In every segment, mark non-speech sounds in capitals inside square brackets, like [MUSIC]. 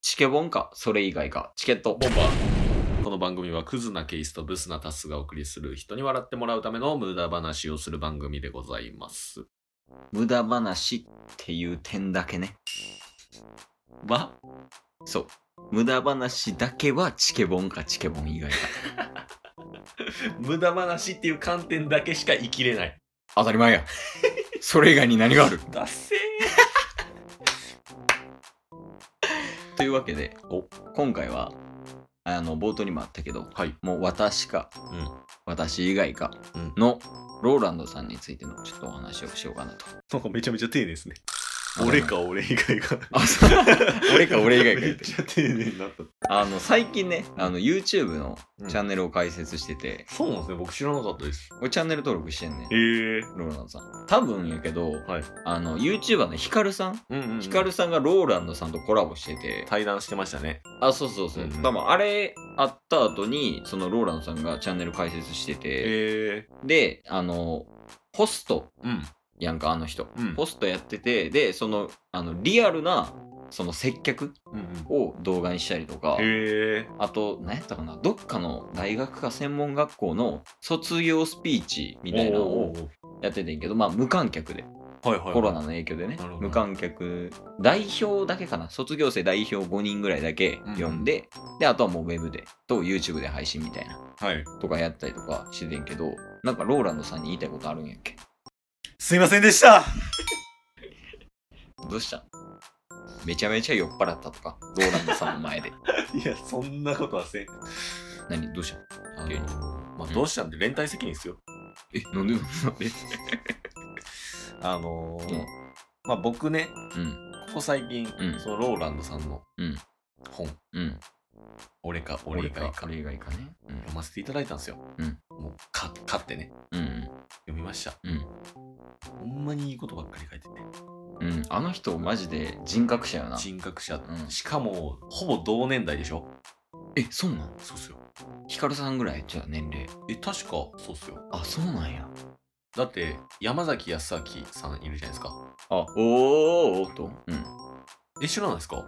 チケボンか、それ以外か、チケットボンバー。この番組はクズなケースとブスなタスがお送りする人に笑ってもらうための無駄話をする番組でございます。無駄話っていう点だけね。はそう。無駄話だけはチケボンかチケボン以外か。 [LAUGHS] 無駄話っていう観点だけしか生きれない。当たり前や。それ以外に何があるだせーというわけでお、今回は、あの、冒頭にもあったけど、 [LAUGHS] はい。もう私か、うん私以外かうんの、ローランドさんについてのちょっとお話をしようかなと。なんかめちゃめちゃ丁寧ですね。あ [LAUGHS] 俺か俺以外 [LAUGHS] か。あそう俺か俺以外かめ言っってちゃ丁寧になった。あの、最近ね、あの、YouTube のうんチャンネルを開設してて、そうなんですね。僕知らなかったです。俺チャンネル登録してんねんえ。ー。ローランドさん。多分やけど、はい。あの、YouTuber のヒカルさんうんうん、うん。ヒカルさんがローランドさんとコラボしてて、対談してましたね。あ、そうそうそう。うん多分あれあった後に、そのローランドさんがチャンネル開設してて、えで、あの、ホストー。うん。やんか、あの人。うんホストやってて、で、その、あの、リアルな、その接客うんうん。を動画にしたりとか、えあと、何やったかな、どっかの大学か専門学校の卒業スピーチみみたいたいななののをを。やっててんけど、まあ、無観客で、はいはい、はい。コロナの影響でねなるほ、ど無観客、代表だけかな、卒業生代表5人ぐらいだけ呼んで、で、あとはもうウェブで、と YouTube で配信みたいな、はい。とかやったりとかしててんけど、なんかローランドさんに言いたいことあるんやっけすいませんでしたどうしためちゃめちゃ酔っ払ったとか、ローランドさんの前で。 [LAUGHS] [LAUGHS] いや、そんなことはせん。何どうしたあのえまあ、うんどうしたんで連帯責任ですよ。え、なんでなん [LAUGHS] であのーうんまあ僕ね、うん、ここ最近、うんそのローランドさんのうん本、うん。俺か俺俺以外かか、、俺以外かね。読ませていただいたんですよ。うんもうか、買ってね、うん。うん読みました。うんほんまにいいことばっかり書いてて、うん、あの人マジで人格者やな。人格者、うんしかも、ほぼ同年代でしょえ、そうなんそうっすよ。ヒカルさんぐらいじゃあ年齢。え、確か、そうっすよ。あ、そうなんや。だって、山崎康明さんいるじゃないですか。あ、おーおーと。うん。え、知らないですか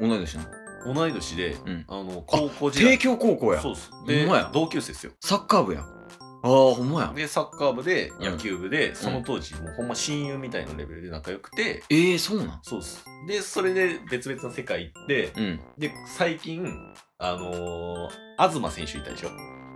同い年な。同い年で、うん。あの、高校時帝代。京高校やそ。うっす。でほんまや、同級生ですよ。サッカー部や。ああー、ほんまや。で、サッカー部で、うん野球部で、その当時、もうほんま親友みたいなレベルで仲良くて、えー、そうなんそうっす。で、それで別々の世界行って、うん。で、最近、あのー、東選手いたでしょ、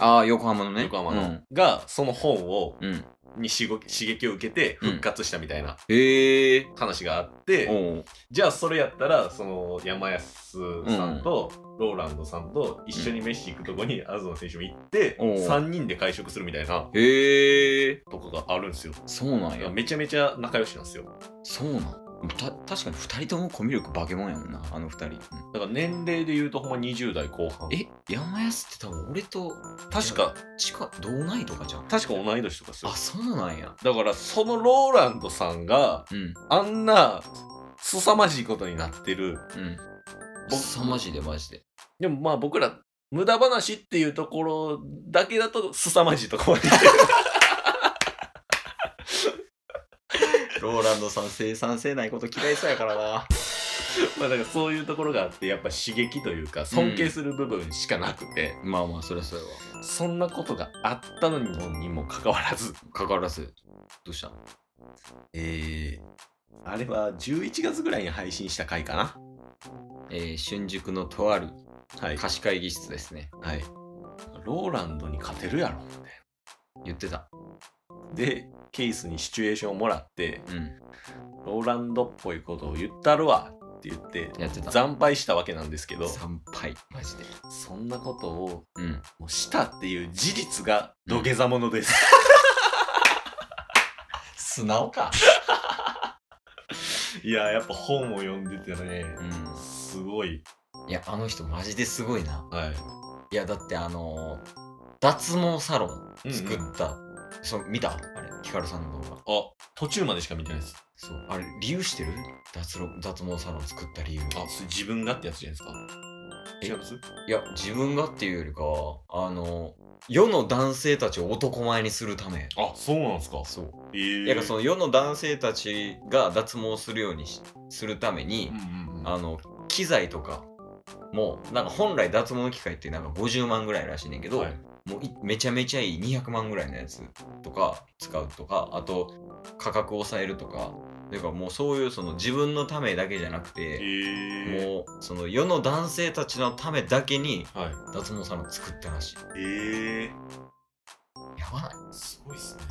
ああ、横浜のね。横浜の、が、その本を、うん。うん。にしご刺激を受けて、復活したみたいなええ話があって、ー。おうじゃあそれやったら、その、山安さんと、ローランドさんと一緒に飯行くとこに東選手も行って、おう3人で会食するみたいなええとこがあるんですよ。ー。そうなんや。めちゃめちゃ仲良しなんですよ。そうなん。た確かに二人ともコミュ力化け物やもんな、あの二人。うんだから年齢で言うとほんま20代後半。え、山安って多分俺と確か、近い同内とかじゃん。確か同い年とかですよあ、。そうなんや。だからそのローランドさんがうん。あんな凄まじいことになってる。うん。僕さマジでマジで。でもまあ僕ら無駄話っていうところだけだと凄まじいとこまで。 [LAUGHS] ローランドさん生産性ないこと嫌いそうやからな。まあだからそういうところがあってやっぱ刺激というか尊敬する部分しかなくて、まあまあ、そりゃそうやそんなことがあったのにもにもかかわらず、わ。かかわらず。どうしたえー、あれは11月ぐらいに配信した回かな。えー、春塾のとあるはい。貸し会議室ですね。はい。ローランドに勝てるやろ、みたい言ってた。な。で、ケースにシチュエーションをもらって、うん。ローランドっぽいことを言ったるわって言って、やってた。惨敗したわけなんですけど、参拝。マジで。そんなことをうん。もうしたっていう事実が土下座ものです。素直か。いや、やっぱ本を読んでてね、うすごい。ん。いや、あの人マジですごいな。はいや、だってあのー、脱毛サロンい。作うんうんった。そう、見たあれ、ヒカルさんの動画。あ、途中までしか見てないです。そう。あれ、理由してる脱ろ脱毛サロン作った理由。あ、それ自分がってやつじゃないですか。え違いますいや、自分がっていうよりか、あの、世の男性たちを男前にするため。あ、そうなんですか。そう。えーやっぱその世の男性たちが脱毛するようにしするためにう、んうんうんあの、機材とかもなんか本来脱毛の機械ってなんか50万ぐらいらしいねんけど、はいもういめちゃめちゃいい200万ぐらいのやつとか使うとかあと価格を抑えるとかというかもうそういうその自分のためだけじゃなくえて、ーもうその世の男性たちのためだけにはい、脱毛サロン作ったらしいえやばないー、すごいっすね。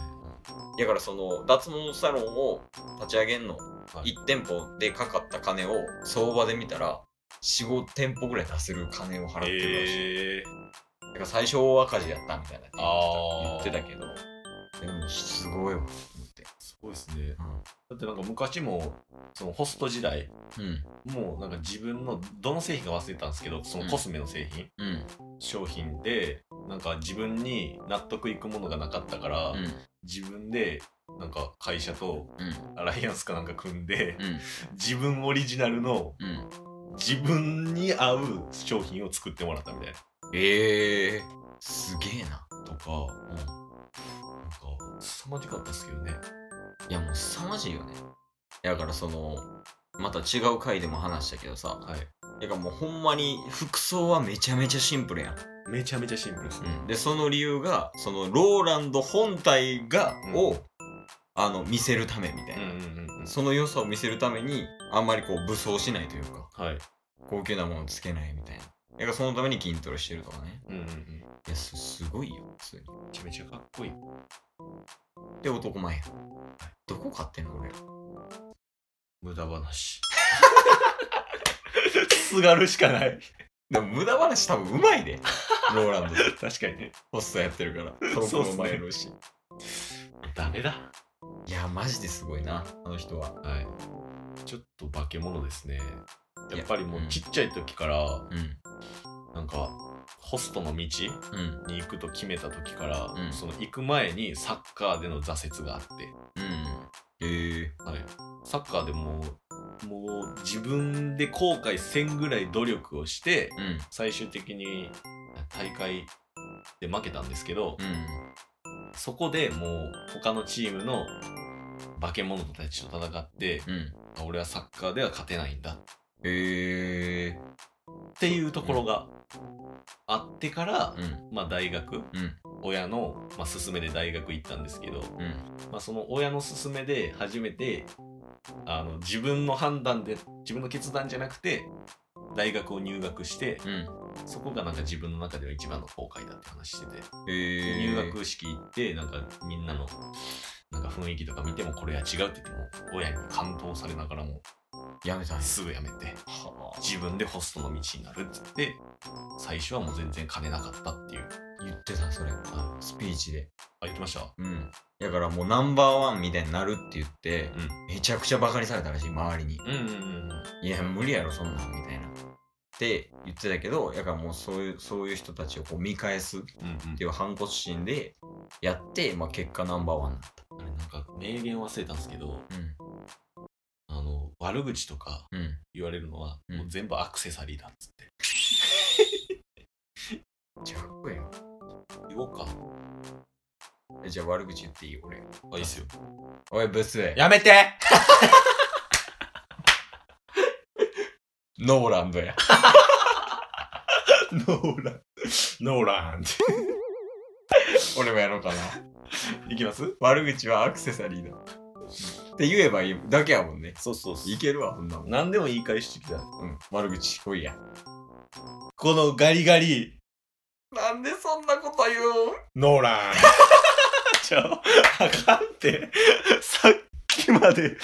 だからその脱毛サロンを立ち上げんの、い1店舗でかかった金を相場で見たら45店舗ぐらい出せる金を払ってるらしい、えー、だから最初大赤字やったみたいなあ言ーってたけどでもすごいわと思ってすごいっすね。だってなんか昔も、そのホスト時代、うんもうなんか自分のどの製品か忘れたんですけど、そのコスメの製品、うんうん商品で、なんか自分に納得いくものがなかったから、自分で、なんか会社とうんアライアンスかなんか組んで、うん自分オリジナルのうん自分に合う商品を作ってもらったみたいええすげえななとか、なんか凄まじかったですけどね。いやもう凄まじいよねだからそのまた違う回でも話したけどさはい。だからもうほんまに服装はめちゃめちゃシンプルやんめちゃめちゃシンプルですね。でその理由がそのローランド本体が、うんをあの見せるためみたいな、うんうんうんうん。その良さを見せるためにあんまりこう武装しないというかはい。高級なものをつけないみたいなだからそのために筋トレしてるとかねうんうんうん。いやすすごいよ普通にめちゃめちゃかっこいい。で男前やどこ買ってんの俺ら無駄話。 [LAUGHS] すがるしかない。でも無駄話多分うまい [LAUGHS] でローランドで確かにね。ホストやってるからトそうっーすクもね前のし、ダメだ。いやマジですごいなあの人ははい。ちょっと化け物ですね。いややっぱりもうちっちゃい時から、うんなんか、ホストうの道んに行くと決めた時から、うんその行く前にサッカーでの挫折があって、うんええはい、サッカーでもうもう自分で後悔せんぐらい努力をしてうん最終的に大会で負けたんですけど、うんそこでもう他のチームの化け物たちと戦ってうんあ俺はサッカーでは勝てないんだっええていうところがあってから、うんまあ、大う学ん親の、まあ、勧めで大学行ったんですけど、うんまあ、その親の勧めで初めてあの自分の判断で自分の決断じゃなくて大学を入学してうんそこがなんか自分の中では一番の後悔だって話してて、ええ入学式行ってなんかみんなのなんか雰囲気とか見てもこれは違うって言っても親に感動されながらもやめたんやすぐやめてはあ自分でホストの道になるって言って最初はもう全然金なかったっていう言ってたそれあスピーチであ言ってましたうんだからもうナンバーワンみたいになるって言ってうんめちゃくちゃバカにされたらしい周りにうんうんうんうんいや無理やろそんなんみたいなって言ってたけどだからもうそういうそういう人たちをこう見返すっうんていう反骨心でやって、まあ、結果ナンバーワンになっあれなんか名言忘れたんですけどたうんあの悪口とかうん言われるのは、うんもう全部アクセサリーだっつってめっちゃかっこいいよ言おうかえじゃあ悪口言っていいよ俺あいいっすよおいブスやめてノーランドやノーランノーランって俺もやろうかないきます悪口はアクセサリーだ。って言えばいいだけやもんね。そうそういけるわ、そんなもん。何でも言い返してきたうん、悪口来いや。このガリガリなんでそんなこと言ノーラン [LAUGHS] ちゃうあかんってさっきまでめっ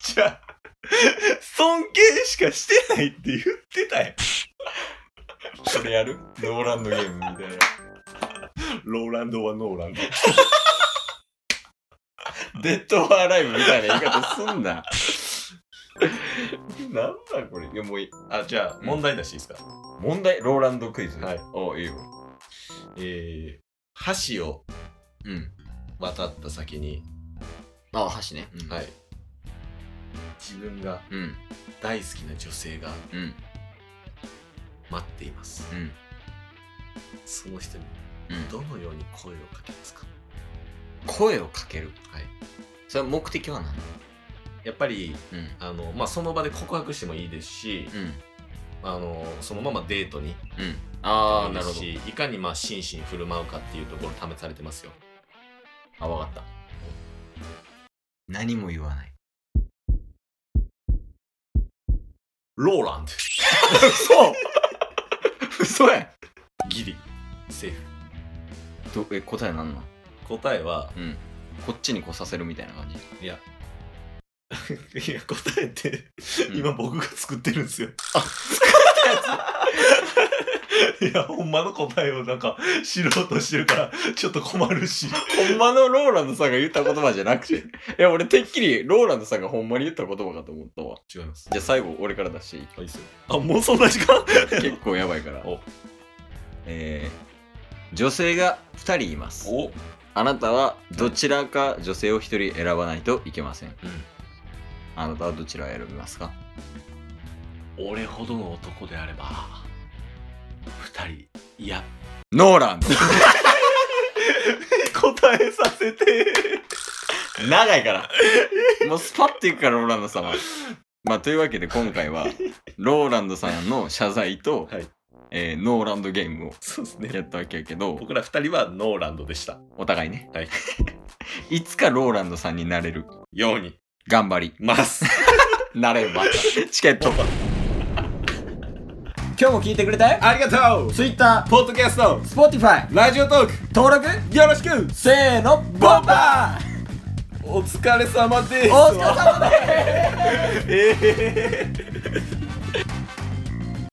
ちゃ尊敬しかしてないって言ってたやうんんそれやるノーランドゲームみたいな。ローランドはノーランドデッドオアライブみたいな言い方すんな。 [LAUGHS] なんだこれ。いや、もういい。あじゃあ問題出していいですか、問題、ローランドクイズ。はい。おいいよ。えー、橋をうん。渡った先に、あ、箸ね。うんはい、自分がうん。大好きな女性がうん。待っていますうん。その人にうんどのように声をかけますか、声をかける。はいそれ目的は何やっぱりうんあの、まあ、その場で告白してもいいですし、うんあのそのままデートにうんああなるほどしいかにまあ真摯に振る舞うかっていうところ試されてますよあわかった何も言わないローランド嘘嘘やギリセーフどえ答えなんなん答えはうんこっちに来させるみたいな感じ、いや [LAUGHS] いや答えってうん今僕が作ってるんですよ。いや、ほんまの答えをなんか知ろうとしてるから、ちょっと困るし。ほんまのローランドさんが言った言葉じゃなく [LAUGHS] て。いや、俺てっきりローランドさんがほんまに言った言葉かと思ったわ。違います。じゃあ最後、俺から出していいあ、いいっすよ。あ、もうそんな時間結構やばいからお。えー、女性が2人います。お、うん、あなたはどちらか女性を1人選ばないといけません。あなたはどちらを選びますか俺ほどの男であれば、二人、いや、ノーランド答えさせて。長いから。もうスパッていくから、ローランドさんは。まあ、というわけで今回 [LAUGHS] は、ローランドさんの謝罪と、はいえーノーランドゲームをそうですね。やったわけやけど、僕ら二人はノーランドでした。お互いね。はい。いつかローランドさんになれる。ように、頑張り。ます。なれ [LAUGHS] ば。チケット。今日も聞いてくれたよ。 [LAUGHS] ありがとう Twitter、ポッドキャスト、 Spotify、ラジオトーク、登録、よろしくせーの、ボンバーお疲れ様ですお疲れ様ですええ